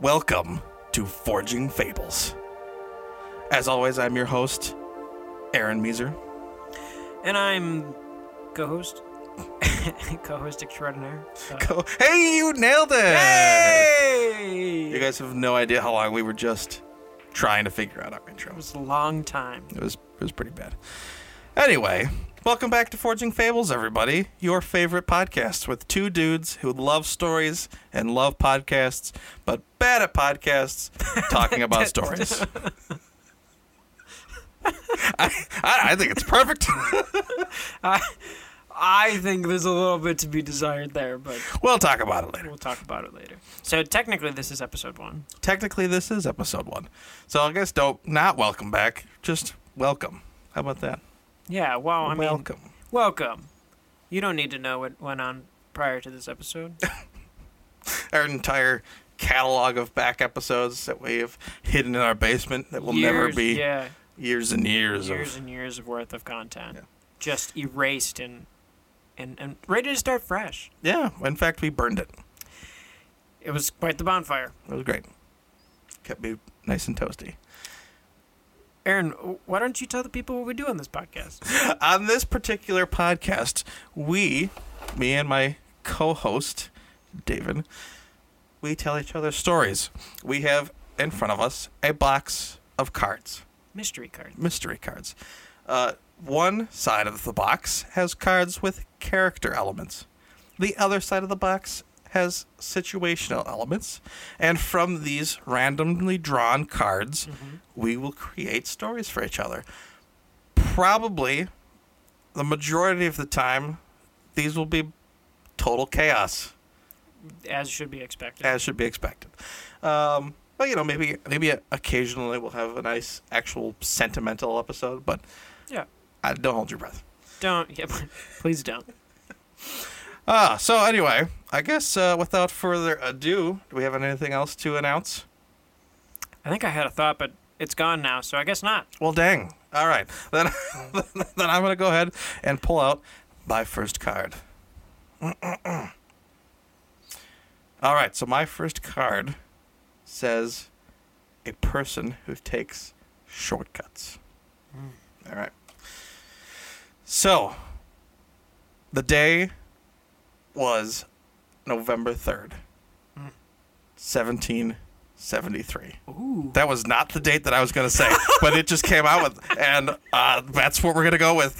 Welcome to Forging Fables. As always, I'm your host, Aaron Meeser. And I'm co-host, co-host extraordinaire. Uh, Co- hey, you nailed it! hey! You guys have no idea how long we were just trying to figure out our intro. it was a long time. It was it was pretty bad. Anyway, welcome back to Forging Fables, everybody. Your favorite podcast with two dudes who love stories and love podcasts, but bad at podcasts talking about stories. I, I, I think it's perfect. I think there's a little bit to be desired there, but we'll talk about it later. we'll talk about it later. So technically, this is episode one. Technically, this is episode one, so I guess don't not welcome back, just welcome. How about that? Yeah. Well, Oh, I mean, welcome. welcome. You don't need to know what went on prior to this episode. our entire catalog of back episodes that we have hidden in our basement that will never Years- be Yeah. years and years, Years of. and years of worth of content, Yeah. just erased and and and ready to start fresh. Yeah, in fact, we burned it. It was quite the bonfire. It was great. Kept me nice and toasty. Aaron, w- why don't you tell the people what we do on this podcast? on this particular podcast, we, me and my co host, David, we tell each other stories. We have in front of us a box of cards. Mystery card. mystery cards. Uh, one side of the box has cards with character elements. The other side of the box has situational elements. And from these randomly drawn cards, we will create stories for each other. Probably the majority of the time, these will be total chaos as should be expected. as should be expected. Um, but you know, maybe maybe occasionally we'll have a nice actual sentimental episode, but Yeah. I, don't hold your breath. don't. Yeah, please don't. Ah, so anyway, I guess uh, without further ado, do we have anything else to announce? I think I had a thought, but it's gone now, so I guess not. Well, dang. All right, then then I'm gonna go ahead and pull out my first card. All right, so my first card says a person who takes shortcuts. All right. So the day was November 3rd, 1773. Ooh. That was not the date that I was going to say, but it just came out with, and uh, that's what we're going to go with.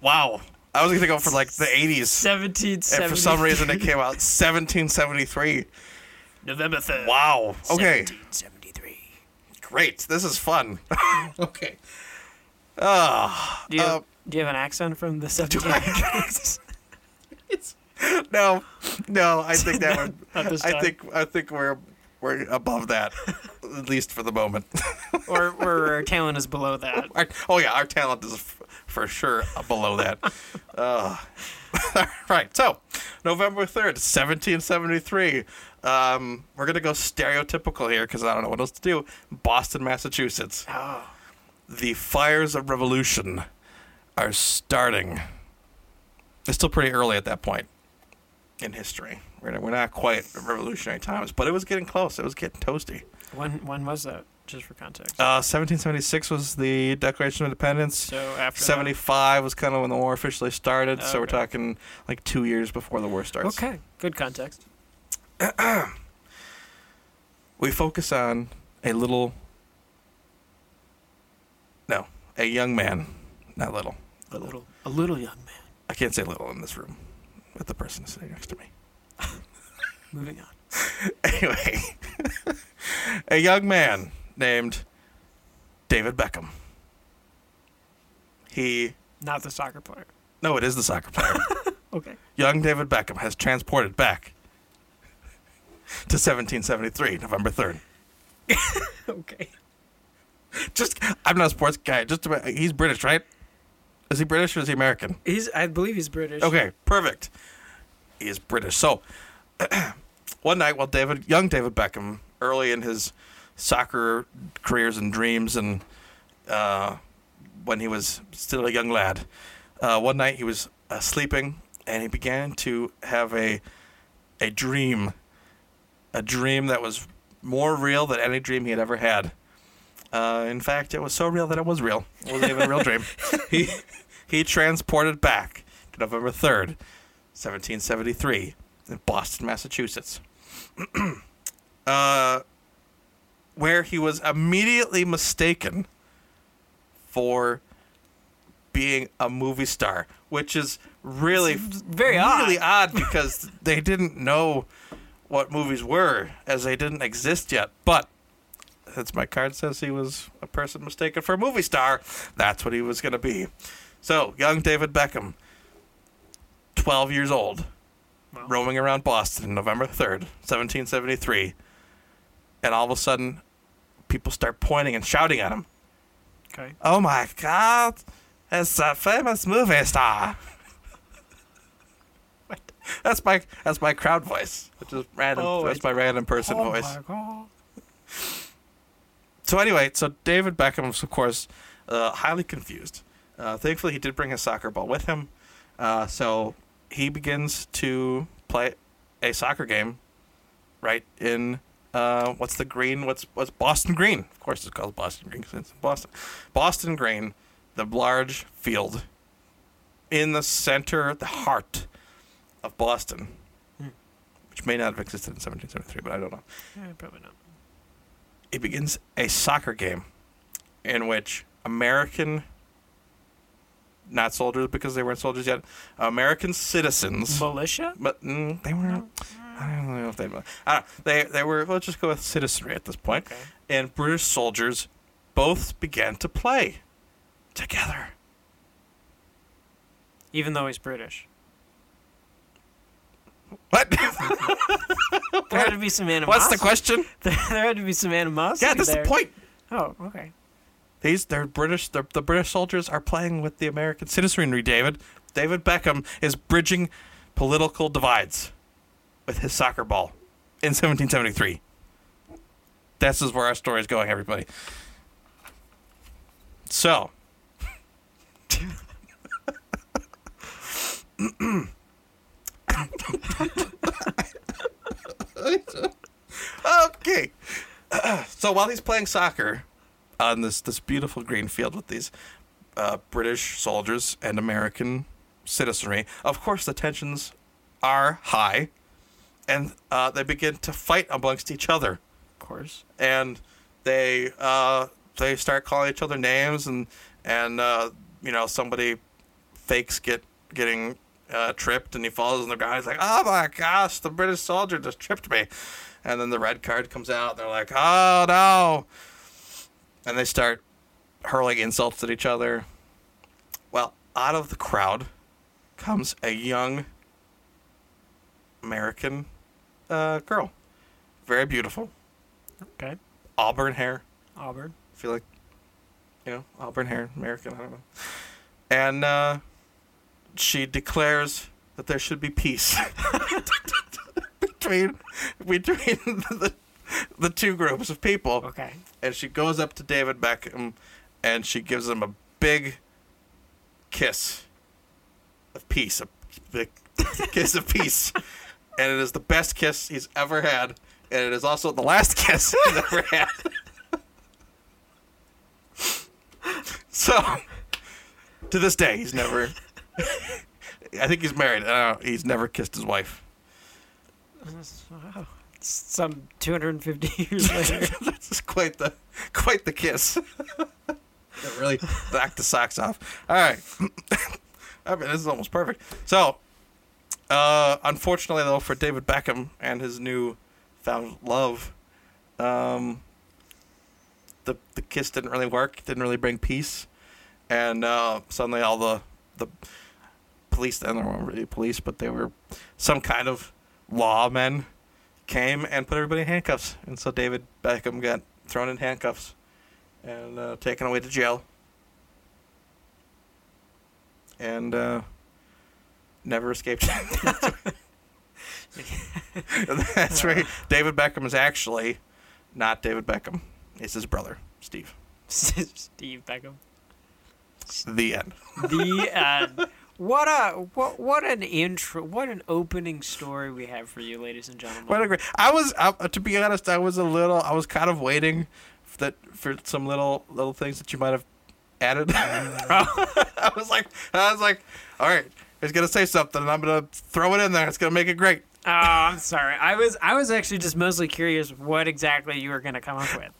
Wow. I was going to go for like the 80s, and 1770. for some reason it came out 1773. November 3rd. Wow. Okay. 1773. Great. This is fun. okay. Do you, Uh, do you have an accent from the I 1700s? No, no. I think that would. Not this I time. think I think we're we're above that, at least for the moment. or, or our talent is below that. Our- oh yeah, our talent is f- for sure below that. uh, right. So, November third, seventeen seventy three. Um, we're gonna go stereotypical here because I don't know what else to do. Boston, Massachusetts. Oh. The fires of revolution are starting. It's still pretty early at that point in history. We're not, we're not quite at revolutionary times, but it was getting close. It was getting toasty. When, when was that? Just for context. Uh, 1776 was the Declaration of Independence. so after that- 75 was kind of when the war officially started, so we're Okay. talking like two years before the war starts. Okay. Good context. We focus on a little. No, a young man. Not little. A little, a little young man. I can't say little in this room with the person sitting next to me. Moving on. Anyway, a young man named David Beckham. He. Not the soccer player. No, it is the soccer player. Okay. young David Beckham has transported back to 1773, November 3rd. Okay. Just, I'm not a sports guy. Just about, he's British, right? Is he British or is he American? He's, I believe he's British. Okay, perfect. He is British. So, one night while David, young David Beckham, early in his soccer careers and dreams, and uh, when he was still a young lad, uh, one night he was uh, sleeping and he began to have a a dream, a dream that was more real than any dream he had ever had. Uh, in fact, it was so real that it was real. It wasn't even a real dream. He he transported back to November third, seventeen seventy three, in Boston, Massachusetts, uh, where he was immediately mistaken for being a movie star, which is really very really odd because they didn't know what movies were as they didn't exist yet. But since my card says he was a person mistaken for a movie star, that's what he was going to be. So, young David Beckham, 12 years old, Wow. roaming around Boston November 3rd, 1773, and all of a sudden people start pointing and shouting at him. Okay. Oh my god, it's a famous movie star. What? That's my that's my crowd voice, which is random. Oh, that's it's- my random person oh voice. my god. So anyway, so David Beckham was of course uh, highly confused. Uh, thankfully, he did bring his soccer ball with him, uh, so he begins to play a soccer game right in uh, what's the green? What's what's Boston Green? Of course, it's called Boston Green 'cause it's in Boston. Boston Green, the large field in the center, the heart of Boston, Hmm. which may not have existed in 1773, but I don't know Yeah, probably not. it begins a soccer game in which American, not soldiers because they weren't soldiers yet, American citizens, Militia? but mm, they weren't. I don't know if they. were- I don't, they they were. Let's just go with citizenry at this point. Okay. And British soldiers both began to play together. Even though he's British. What? There had to be some animosity. What's the question? There, there had to be some animosity. Yeah, that's there. the point. Oh, okay. These they're British. They're, the British soldiers are playing with the American citizenry. David David Beckham is bridging political divides with his soccer ball in 1773. This is where our story is going, everybody. So, okay. So while he's playing soccer on this this beautiful green field with these uh, British soldiers and American citizenry, of course the tensions are high, and uh, they begin to fight amongst each other, Of course. and they uh, they start calling each other names, and and uh, you know somebody fakes get getting uh, tripped, and he falls on the ground. He's like, "Oh my gosh, the British soldier just tripped me," and then the red card comes out, and they're like, "Oh no." and they start hurling insults at each other. Well, out of the crowd comes a young American uh, girl, very beautiful, Okay. auburn hair. Auburn. I feel like, you know, auburn hair, American. I don't know. And uh, she declares that there should be peace between between the the two groups of people Okay. and she goes up to David Beckham and she gives him a big kiss of peace, a big kiss of peace. And it is the best kiss he's ever had, and it is also the last kiss he's ever had. so, to this day, he's never. I think he's married. Uh, he's never kissed his wife. Wow. Some 250 years later. this is quite the quite the kiss. that really knocked the socks off. All right. I mean, this is almost perfect. So, uh, unfortunately, though, for David Beckham and his new found love, um, the the kiss didn't really work. Didn't really bring peace, and uh, suddenly all the the police then they weren't really police, but they were some kind of lawmen came and put everybody in handcuffs, and so David Beckham got thrown in handcuffs and uh, taken away to jail, and uh, never escaped. And That's right. David Beckham is actually not David Beckham. It's his brother, Steve. Steve Beckham. The end. The end. What a what what an intro! What an opening story we have for you, ladies and gentlemen. What a great! I was I, to be honest, I was a little. I was kind of waiting for that for some little little things that you might have added. I was like, I was like, all right, he's gonna say something, and I'm gonna throw it in there. It's gonna make it great. Oh, I'm sorry. I was I was actually just mostly curious what exactly you were going to come up with.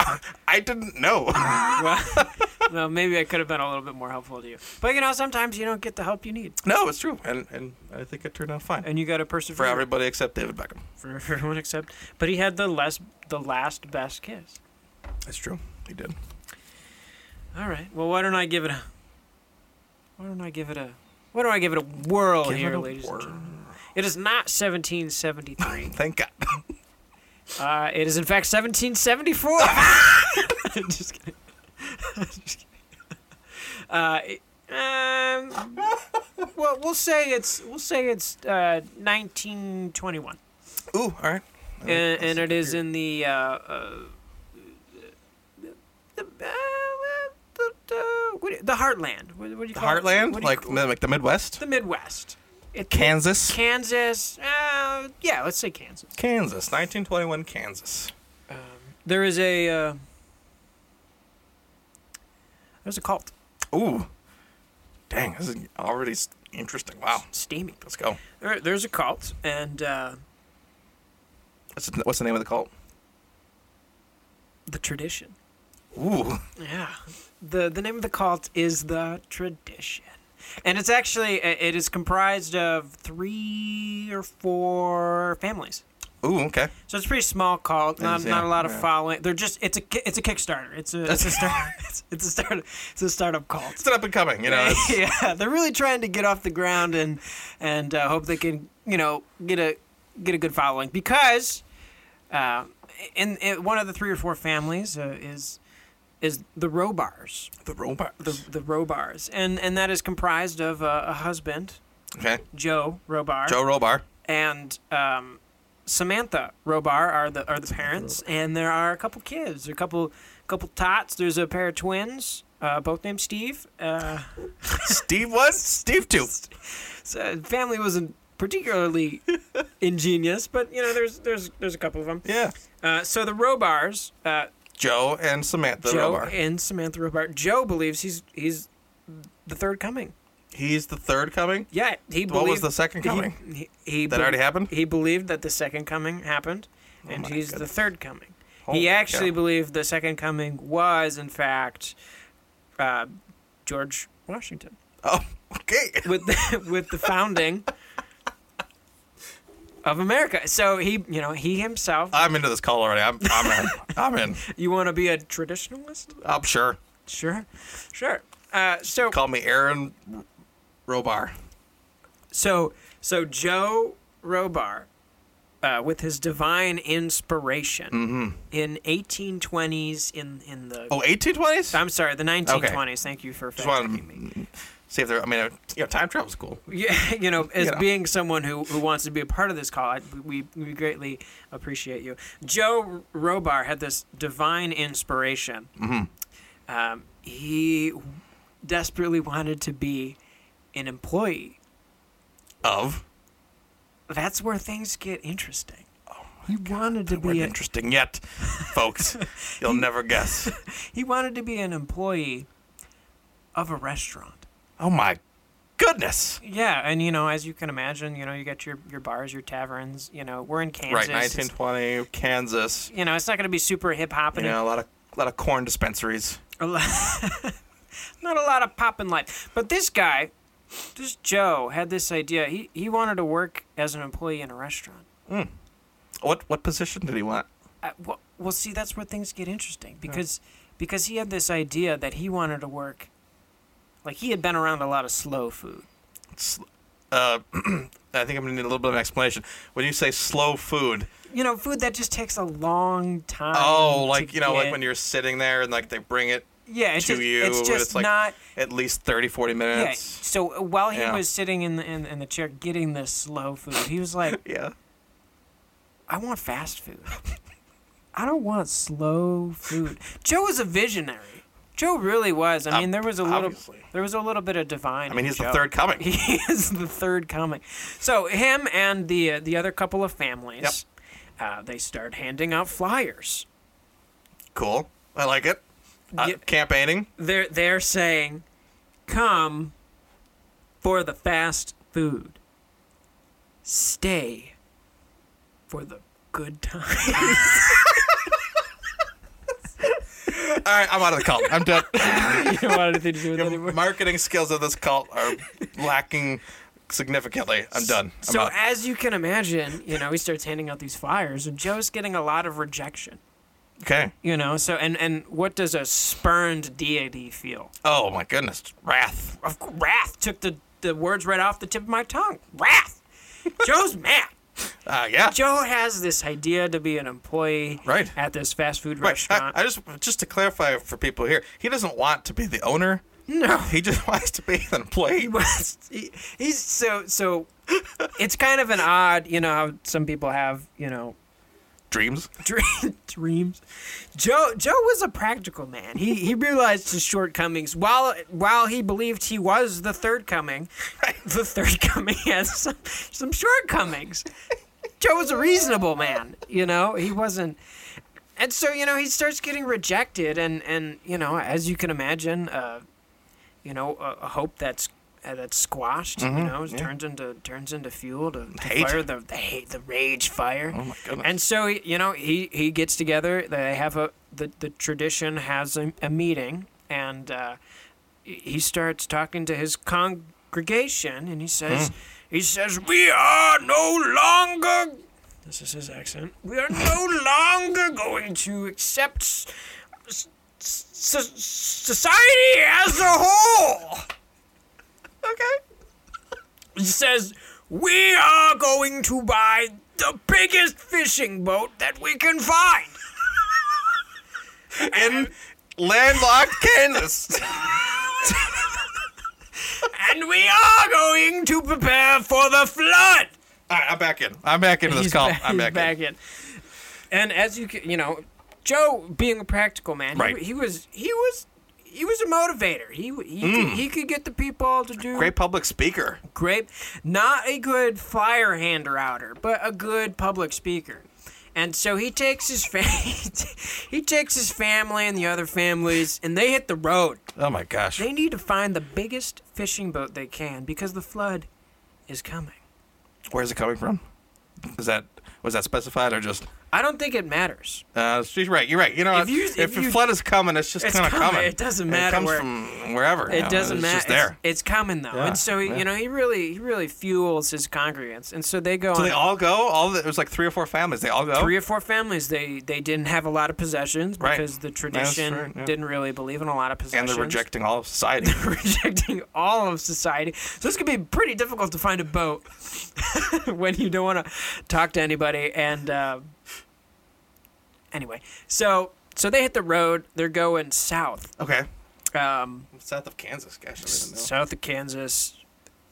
I didn't know. well, well, maybe I could have been a little bit more helpful to you. But you know, sometimes you don't get the help you need, no, it's true, and and I think it turned out fine and you got to for persevere. everybody except David Beckham. For everyone except. But he had the less the last best kiss. It's true, he did. All right. Well, why don't I give it a? Why don't I give it a? Why don't I give it a whirl Give it Oh, here, a ladies whirl. and gentlemen? It is not 1773. Thank God. Uh, it is in fact 1774. just kidding. Just kidding. Uh, it- um, well, we'll say it's we'll say it's uh, 1921, Ooh, all right. and, Uh, and it is in the uh, uh, the, uh, the, the, what do you- the heartland. What, what do the you call it? heartland, What do you like call- the, like the Midwest, the Midwest. It, Kansas, Kansas. Uh, yeah, let's say Kansas. Kansas, 1921, Kansas. Um, there is a uh, there's a cult. Ooh, dang, this is already s- interesting. Wow, Steamy. let's go. There, there's a cult, and uh, What's the, what's the name of the cult? the tradition. Ooh, Yeah. the The name of the cult is the tradition, and it's actually it is comprised of three or four families. ooh, okay. So it's a pretty small cult. Not, Is, yeah, not a lot of yeah. following. They're just it's a ki- it's a Kickstarter. It's a it's a start, it's, it's a start it's a startup cult. It's an up and coming, you know. it's- yeah, they're really trying to get off the ground and and uh, hope they can you know get a get a good following because uh, in, in one of the three or four families uh, is is the Robars, the robot. the the Robars, and and that is comprised of uh, a husband Okay, Joe Robar Joe Robar. and. Um, Samantha Robar are the are the parents, and there are a couple kids, a couple couple tots. There's a pair of twins, uh, both named Steve. Uh, Steve one, Steve two. So, family wasn't particularly ingenious, but you know, there's there's there's a couple of them. Yeah, Uh, so the Robars, uh, Joe and Samantha Joe Robar. and Samantha Robar. Joe believes he's he's the third coming. He's the third coming. Yeah, he believed. What was the second coming? He, he, he that already be- happened. Oh He believed that the second coming happened, and my he's goodness. the third coming. Holy he actually cow. believed the second coming was, in fact, uh, George Washington. Oh, okay. with the, with the founding of America. So he, you know, he himself. I'm into this call already. I'm, I'm in. I'm in. You want to be a traditionalist? I'm sure. Sure, sure. Uh, so Call me Aaron Robar. so so Joe Robar, uh, with his divine inspiration in 1820s in in the. Mm-hmm. Oh, 1820s. I'm sorry, the 1920s. Thank you for Just wanted fact-checking me. to see if there. I mean, uh, you know, time travel's cool. Yeah, you know, as You know. being someone who, who wants to be a part of this call, I, we we greatly appreciate you. Joe Robar had this divine inspiration. Um, he desperately wanted to be an employee. Of That's where things get interesting. he wanted to weren't be a, interesting yet, folks. You'll never guess. he wanted to be an employee of a restaurant. Oh my goodness! Yeah, and you know, as you can imagine, you know, you got your, your bars, your taverns. You know, we're in Kansas. right, It's- 1920 Kansas. you know, it's not going to be super hip hop You and know, a lot of a lot of corn dispensaries. a lot, not a lot of pop in life. But this guy, this Joe, had this idea. He he wanted to work as an employee in a restaurant. What what position did he want? Uh, well, well, see, that's where things get interesting because because he had this idea that he wanted to work. Like he had been around a lot of slow food. It's, uh, I think I'm gonna need a little bit of an explanation. When you say slow food, You know, food that just takes a long time. oh, to like you know, like get. when you're sitting there and like they bring it yeah, it's to just, you, it's but just it's like- not. at least 30, 40 Yeah. minutes. So uh, while he Yeah. was sitting in the in, in the chair getting this slow food, he was like, Yeah. I want fast food. I don't want slow food. Joe is a visionary. Joe really was. I Ob- mean, there was a little, obviously. there was a little bit of divine. I mean, in he's Joe. the third coming. He is the third comic. So him and the uh, the other couple of families, uh, they start handing out flyers. Cool. I like it. Uh, Yeah. Campaigning. They're they're saying, "Come for the fast food. Stay for the good times." All right, I'm out of the cult. I'm done. you don't want anything to do with it Your anymore. marketing skills of this cult are lacking significantly. I'm done. I'm So out. as you can imagine, you know, he starts handing out these flyers, and Joe's getting a lot of rejection. okay. You know, so and and what does a spurned deity feel? Oh my goodness, wrath. of cou- wrath took the, the words right off the tip of my tongue. Wrath. Joe's mad. Uh, yeah. Joe has this idea to be an employee Right. at this fast food Right. I, restaurant. I just just to clarify for people here, he doesn't want to be the owner. no. He just wants to be an He employee. was he, he's so so it's kind of an odd, you know, how some people have, you know, Dreams. dream, dreams. Joe Joe was a practical man. He he realized his shortcomings. While while he believed he was the third coming, the third coming has some, some shortcomings. Joe was a reasonable man. You know he wasn't. And so you know he starts getting rejected, and and you know as you can imagine, uh, you know a, a hope that's. Uh, that's squashed, you know, turns into turns into fuel to, to Hate. fire the, the hate, the rage fire. Oh my goodness. And so he- you know he he gets together. They have a the the tradition has a, a meeting, and uh, he- he starts talking to his congregation, and he says Hmm. he says we are no longer. This is his accent. We are no longer going to accept s- s- s- society as a whole. okay. He says, We are going to buy the biggest fishing boat that we can find. In landlocked Kansas. And we are going to prepare for the flood. All right, I'm back in. I'm back into this cult. I'm back, in. And as you can, you know, Joe being a practical man, Right. he, he was, he was, he was a motivator. He he, Mm. could, he could get the people to do Great public speaker. Great. Not a good flyer hander outer, but a good public speaker. And so he takes his fa- he takes his family and the other families, and they hit the road. Oh my gosh. They need to find the biggest fishing boat they can because the flood is coming. Where's it coming from? Is that was that specified or just? I don't think it matters. Uh, she's right. You're right. You know, If if, you- if, if the you- flood is coming, it's just It's kind of coming. coming. It doesn't And matter It comes where- from wherever. It doesn't it's matter. Just there. It's, it's coming though, Yeah, and so he, yeah. you know he really he really fuels his congregants, and so they go so on they all go. All the, it was like three or four families. They all go. three or four families they they didn't have a lot of possessions Right. because the tradition right, yeah. didn't really believe in a lot of and possessions they're rejecting all of society. rejecting all of society so it's gonna be pretty difficult to find a boat when you don't want to talk to anybody and uh, anyway so so they hit the road they're going south okay. um, South of Kansas, gosh, I didn't know. south of kansas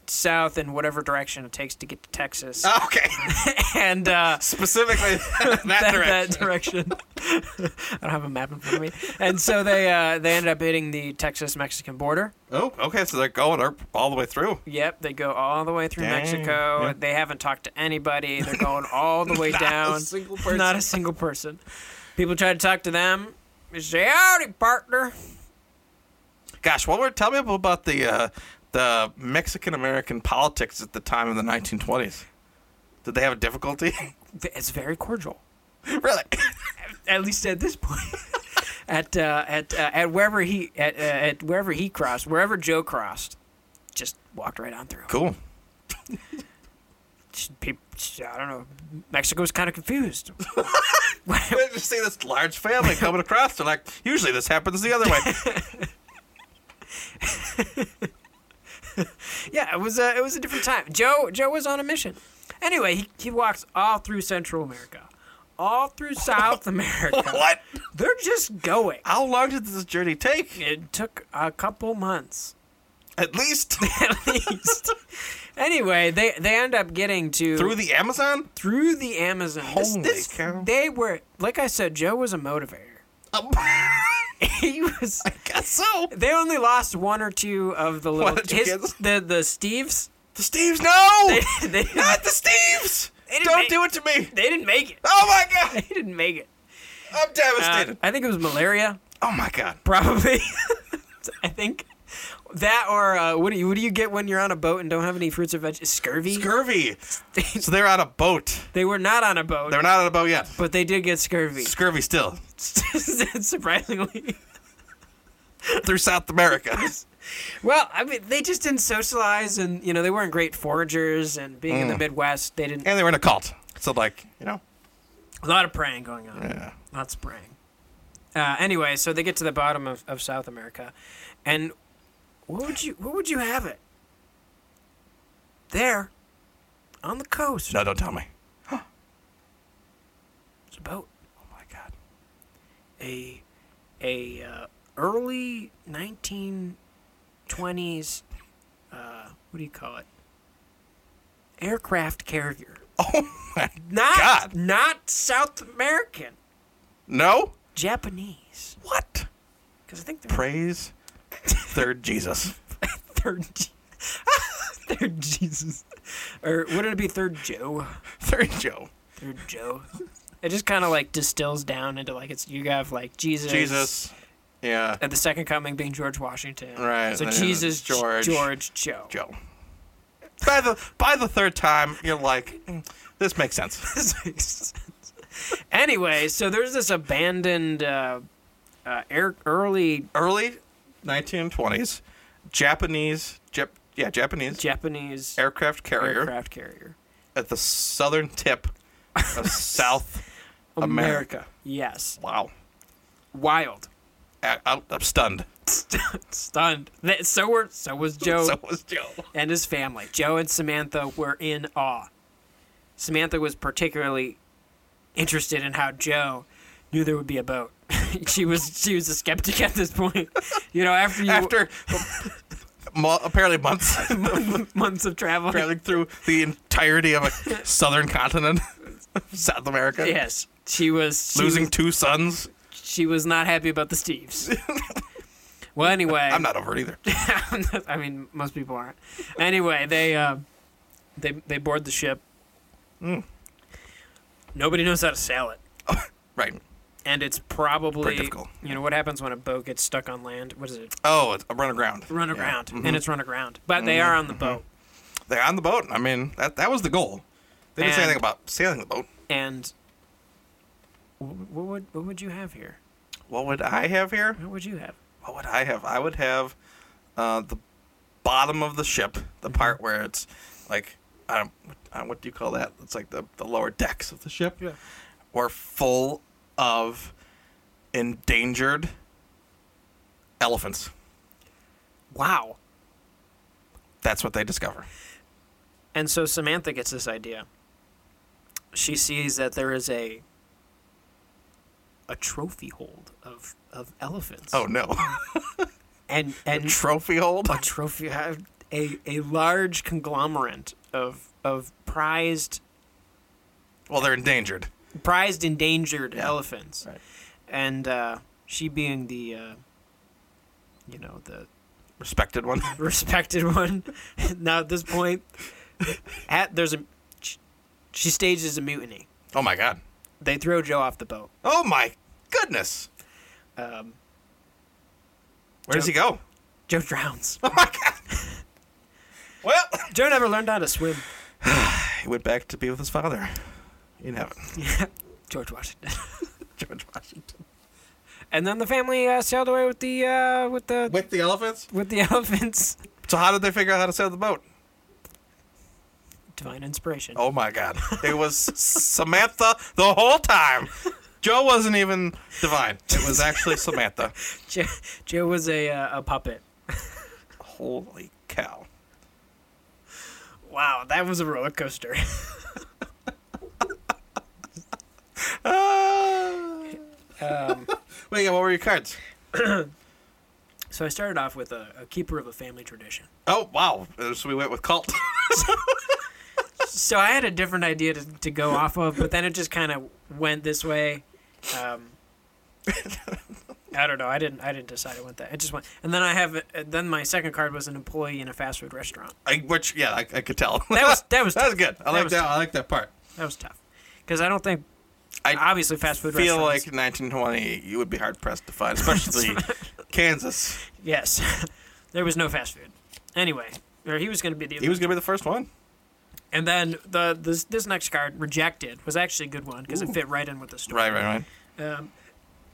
south in whatever direction it takes to get to texas Oh, okay. and uh, Specifically that, that, direction. that direction. I don't have a map in front of me. And so they uh, they ended up hitting the Texas Mexican border. Oh, okay. So they're going up all the way through. Yep, they go all the way through Dang, Mexico. yeah. They haven't talked to anybody. They're going all the way Not a down. single person. Not a single person. People try to talk to them. They say, "Howdy, partner." Gosh, what were tell me about the uh, the Mexican American politics at the time of the 1920s? Did they have a difficulty? It's very cordial. really? At least at this point. at uh, at uh, at wherever he at uh, at wherever he crossed, wherever Joe crossed, just walked right on through. Cool. people, I don't know. Mexico's kind of confused. Why- You see this large family coming across. They're like, usually this happens the other way. yeah, it was a it was a different time. Joe Joe was on a mission. Anyway, he, he walks all through Central America, all through South America. what? They're just going. How long did this journey take? It took a couple months At least at least. anyway, they they end up getting to through the Amazon? through the Amazon. This- Holy this- cow. They were like I said, Joe was a motivator. Um, he was. I guess so. They only lost one or two of the One little or two his- kids? the the Steves. The Steves, no! They, they, Not the Steves! They didn't Don't make- do it to me! they didn't make it. Oh my god! They didn't make it. I'm Uh, devastated. I think it was malaria, oh my god. probably. I think that or uh, what do you what do you get when you're on a boat and don't have any fruits or veggies? Scurvy. Scurvy. So they're on a boat. they were not on a boat, They're not on a boat yet. but they did get scurvy. Scurvy still. Surprisingly. Through South America. Well, I mean, they just didn't socialize, and you know, they weren't great foragers. And being Mm. in the Midwest, they didn't. And they were in a cult. So, like, you know. A lot of praying going on. Yeah. Lots of praying. Uh, anyway, so they get to the bottom of, of South America, and what would you what would you have it? There, on the coast, No, don't tell me. it's a boat, Oh my god. a a uh, early nineteen twenties. Uh, what do you call it? Aircraft carrier. Oh my Not God. not South American, No? Japanese. What? Because I think they're Praise third Jesus. third, Je- third Jesus, or would it be third Joe? Third Joe. Third Joe. It just kind of like distills down into like it's you have like Jesus, Jesus. Yeah. and the second coming being George Washington. Right, So and Jesus, George. George, George, Joe. Joe. By the by the third time, you're like, "Mm, this makes sense. This makes sense. anyway, so there's this abandoned uh, uh, air, early Early 1920s, Japanese, Jap- yeah, Japanese Japanese aircraft carrier aircraft carrier. at the southern tip of South America. Yes. Wow. Wild. I, I, I'm stunned. stunned. That- So were so was Joe So was Joe. and his family. Joe and Samantha were in awe. Samantha was particularly interested in how Joe knew there would be a boat. she was she was a skeptic at this point. You know, after you After mo- apparently months months of travel. traveling through the entirety of a southern continent, of South America, Yes. She was she losing was, two sons. she was not happy about the Steves. well anyway I'm not over it either. I mean, most people aren't. Anyway, they uh, they they board the ship. Hmm. Nobody knows how to sail it, right. and it's probably Pretty difficult. You know what happens when a boat gets stuck on land? What is it? Oh, it's a run aground. Run Yeah. Mm-hmm. aground, Mhm. and it's run aground. But they are on the boat, They're on the boat. I mean, that that was the goal. They didn't say And- anything about sailing the boat. and wh- what would what would you have here? What would I have here? What would you have? What would I have? I would have uh, the bottom of the ship, the Mm-hmm. part where it's like I don't what, uh, what do you call that? It's like the the lower decks of the ship. Yeah. Were full of endangered elephants. Wow. That's what they discover. And so Samantha gets this idea. She sees that there is a a trophy hold of of elephants. Oh no! and and Trophy hold. a trophy a a large conglomerate of of prized Well, they're endangered. prized endangered elephants, Right. and uh, she being the uh, you know the Respected one. respected one. now at this point, at there's a she, she stages a mutiny. Oh my god. They throw Joe off the boat. Oh my goodness. Um, Where does he go? Joe drowns. Oh my god. Well, Joe never learned how to swim. he went back to be with his father in heaven, George Washington. George Washington. And then the family uh, sailed away with the uh, with the With the elephants. with the elephants. So how did they figure out how to sail the boat? Divine inspiration. Oh my god, it was Samantha the whole time. Joe wasn't even divine. It was actually Samantha. Joe, Joe was a uh, a puppet. Holy cow. Wow, that was a roller coaster. Ah. um, Wait, yeah, what were your cards? so I started off with a, a keeper of a family tradition. Oh wow, so we went with cult. So I had a different idea to, to go off of, but then it just kind of went this way. Um, I don't know. I didn't. I didn't decide. I went that. I just went, and then I have. Then my second card was an employee in a fast food restaurant. I, which yeah, I, I could tell. That was- that was that was tough. good. I That like was that. tough. I like that part. That was tough, because I don't think. I obviously, fast food feel restaurants. like 1920, you would be hard pressed to find, especially Kansas. yes, there was no fast food. Anyway, or he was going to be the. He was gonna be the first one. and then the this this next card rejected was actually a good one because it fit right in with the story. Right, right, right. Um,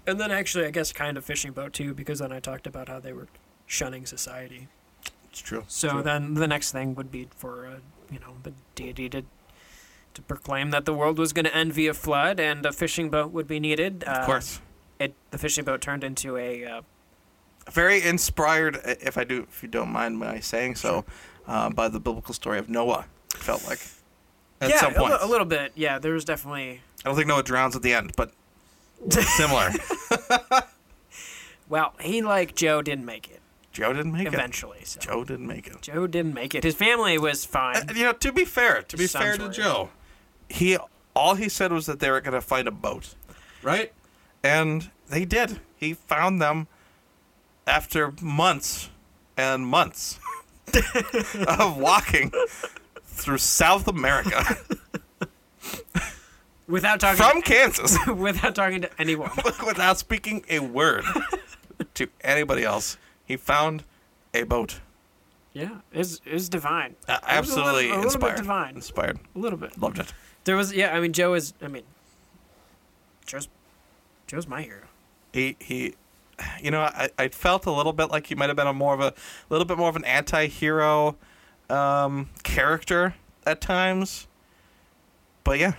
and then actually, I guess kind of fishing boat too, because then I talked about how they were shunning society. It's true. So True. then the next thing would be for uh, you know the deity to to proclaim that the world was going to end via flood and a fishing boat would be needed. Uh, of course. It, the fishing boat turned into a uh, very inspired, i- if I do, if you don't mind my saying so, uh, by the biblical story of Noah. it Felt like at yeah some a, point. li- a little bit yeah there was definitely I don't think Noah drowns at the end, but similar. well he like Joe didn't make it Joe didn't make it. eventually so. Joe didn't make it. Joe didn't make it his family was Uh, fine you know, to be fair, to be Sounds fair to right. Joe, he all he said was that they were going to find a boat, right? And they did. He found them after months and months of walking through South America without talking from Kansas to, without talking to anyone without speaking a word to anybody else. He found a boat. yeah is is divine A- It was a absolutely little, Uh, a little inspired. bit divine Inspired. a little bit Loved it. there was yeah I mean Joe is I mean Joe's Joe's my hero he he you know I, I felt a little bit like he might have been a more of a little bit more of an anti-hero um, character at times but yeah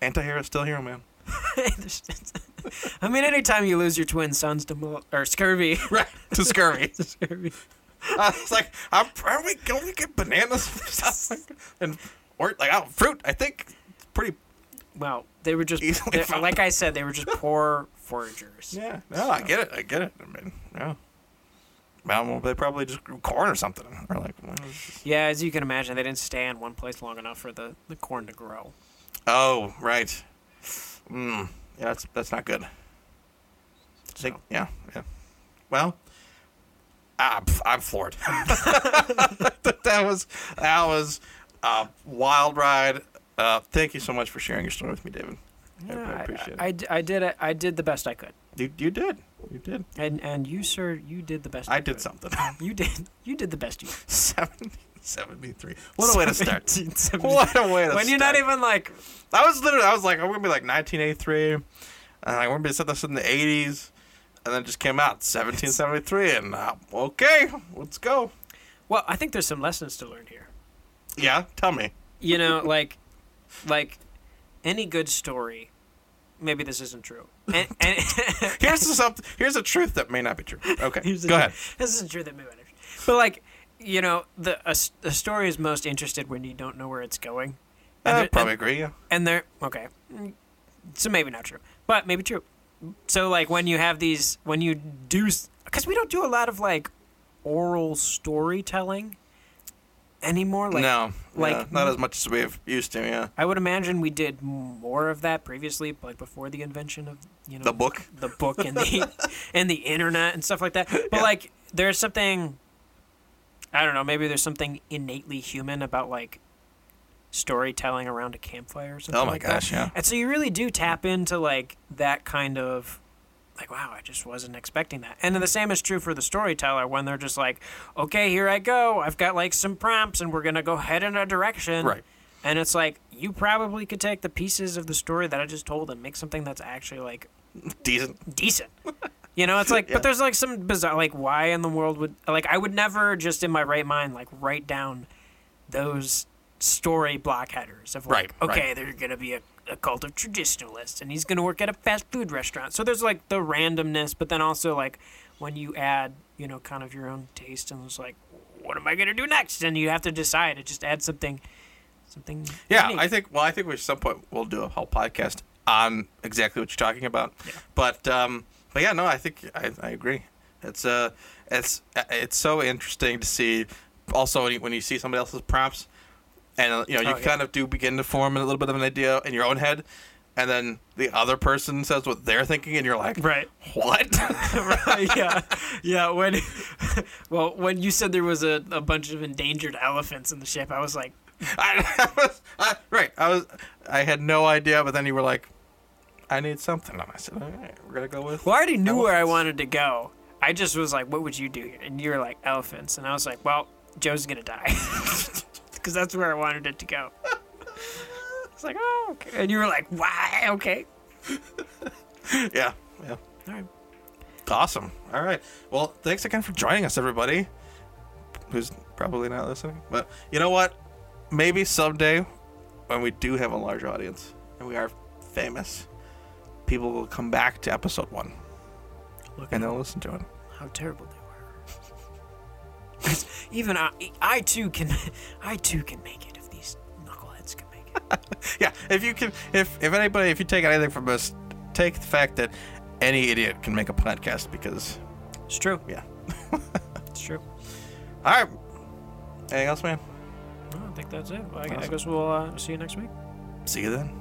anti-hero is still hero man I mean anytime you lose your twin sons to mul- or scurvy right to scurvy to scurvy i was like I'm, are we going to get bananas from South Africa? and or like oh, fruit i think it's pretty well they were just Easily they- found. like I said they were just poor foragers yeah no i get it i get it i mean yeah well, they probably just grew corn or something. Or like, well, it's just- Yeah, as you can imagine, they didn't stay in one place long enough for the, the corn to grow. Oh, right. Mm, yeah, that's that's not good. Think- So. yeah, yeah. Well, I'm, I'm floored. that was that was a wild ride. Uh, thank you so much for sharing your story with me, David. I- I, appreciate I, it. d- I did it. I did the best I could, you, you did. You did. and and you, sir, you did the best. I you did could. something. You did. You did the best you. could. 70, 73. What a way to start. 1770. What a way to When you're start. not even like, I was literally, I was like, I'm gonna be like 1983, and I'm gonna be set this in the 80s, and then it just came out 1773, and uh, okay, let's go. well, I think there's some lessons to learn here. Yeah, tell me. You know, like, like any good story. Maybe this isn't true. And, and Here's the something. Here's a truth that may not be true. Okay, Here's the go truth. ahead. This isn't true that movie matters. But like, you know, the a, s- a story is most interested when you don't know where it's going. And I there- Uh, probably agree. Yeah. and they're okay Mm, so maybe not true but maybe true so like when you have these when you do because we don't do a lot of like oral storytelling anymore like no, like- yeah, not as much as we've used to. Yeah, i would imagine we did more of that previously like before the invention of you know the book. the book and the and the internet and stuff like that but like there's something i don't know maybe there's something innately human about like storytelling around a campfire or something Oh my like that. gosh, yeah. And so you really do tap into like that kind of like wow, I just wasn't expecting that. And then the same is true for the storyteller when they're just like, okay, here I go. I've got like some prompts and we're going to go head in a direction. Right. And it's like you probably could take the pieces of the story that I just told and make something that's actually like Decent. decent. You know, it's like, Yeah. but there's like some bizarre, like, why in the world would, like, I would never just in my right mind, like, write down those story block headers of, like, Right, right. okay, there's going to be a, a cult of traditionalists and he's going to work at a fast food restaurant. So there's, like, the randomness, but then also, like, when you add, you know, kind of your own taste and it's like, what am I going to do next? And you have to decide. It just adds something, something. Yeah, unique. I think. Well, I think we at some point we'll do a whole podcast on exactly what you're talking about. But um, but yeah, no, I think I, I agree. It's uh, it's uh, it's so interesting to see. Also, when you, when you see somebody else's prompts, and uh, you know you Oh, yeah. kind of do begin to form a little bit of an idea in your own head, and then the other person says what they're thinking, and you're like, Right. What? right, yeah, yeah. When, well, when you said there was a, a bunch of endangered elephants in the ship, I was like, I, I was, I, right. I was. I had no idea, but then you were like, I need something. And I said, all right, we're gonna go with. well, I already knew where I elephants." wanted to go. I just was like, what would you do here? And you were like, elephants, and I was like, well, Joe's gonna die, because that's where I wanted it to go. It's like, oh, okay. and you were like, why? Okay, Yeah. Yeah. all right. Awesome. All right. Well, thanks again for joining us, everybody. Who's probably not listening, but you know what? Maybe someday, when we do have a large audience and we are famous, people will come back to episode one Look and they'll listen to it. how terrible they were. Even I, I too can, I too can make it if these knuckleheads can make it. Yeah. If you can, if if anybody, if you take anything from us, take the fact that any idiot can make a podcast because It's true. yeah. It's true. All right. Anything else, man? Well, I think that's it. Well, I, I Awesome. guess we'll uh, see you next week. See you then.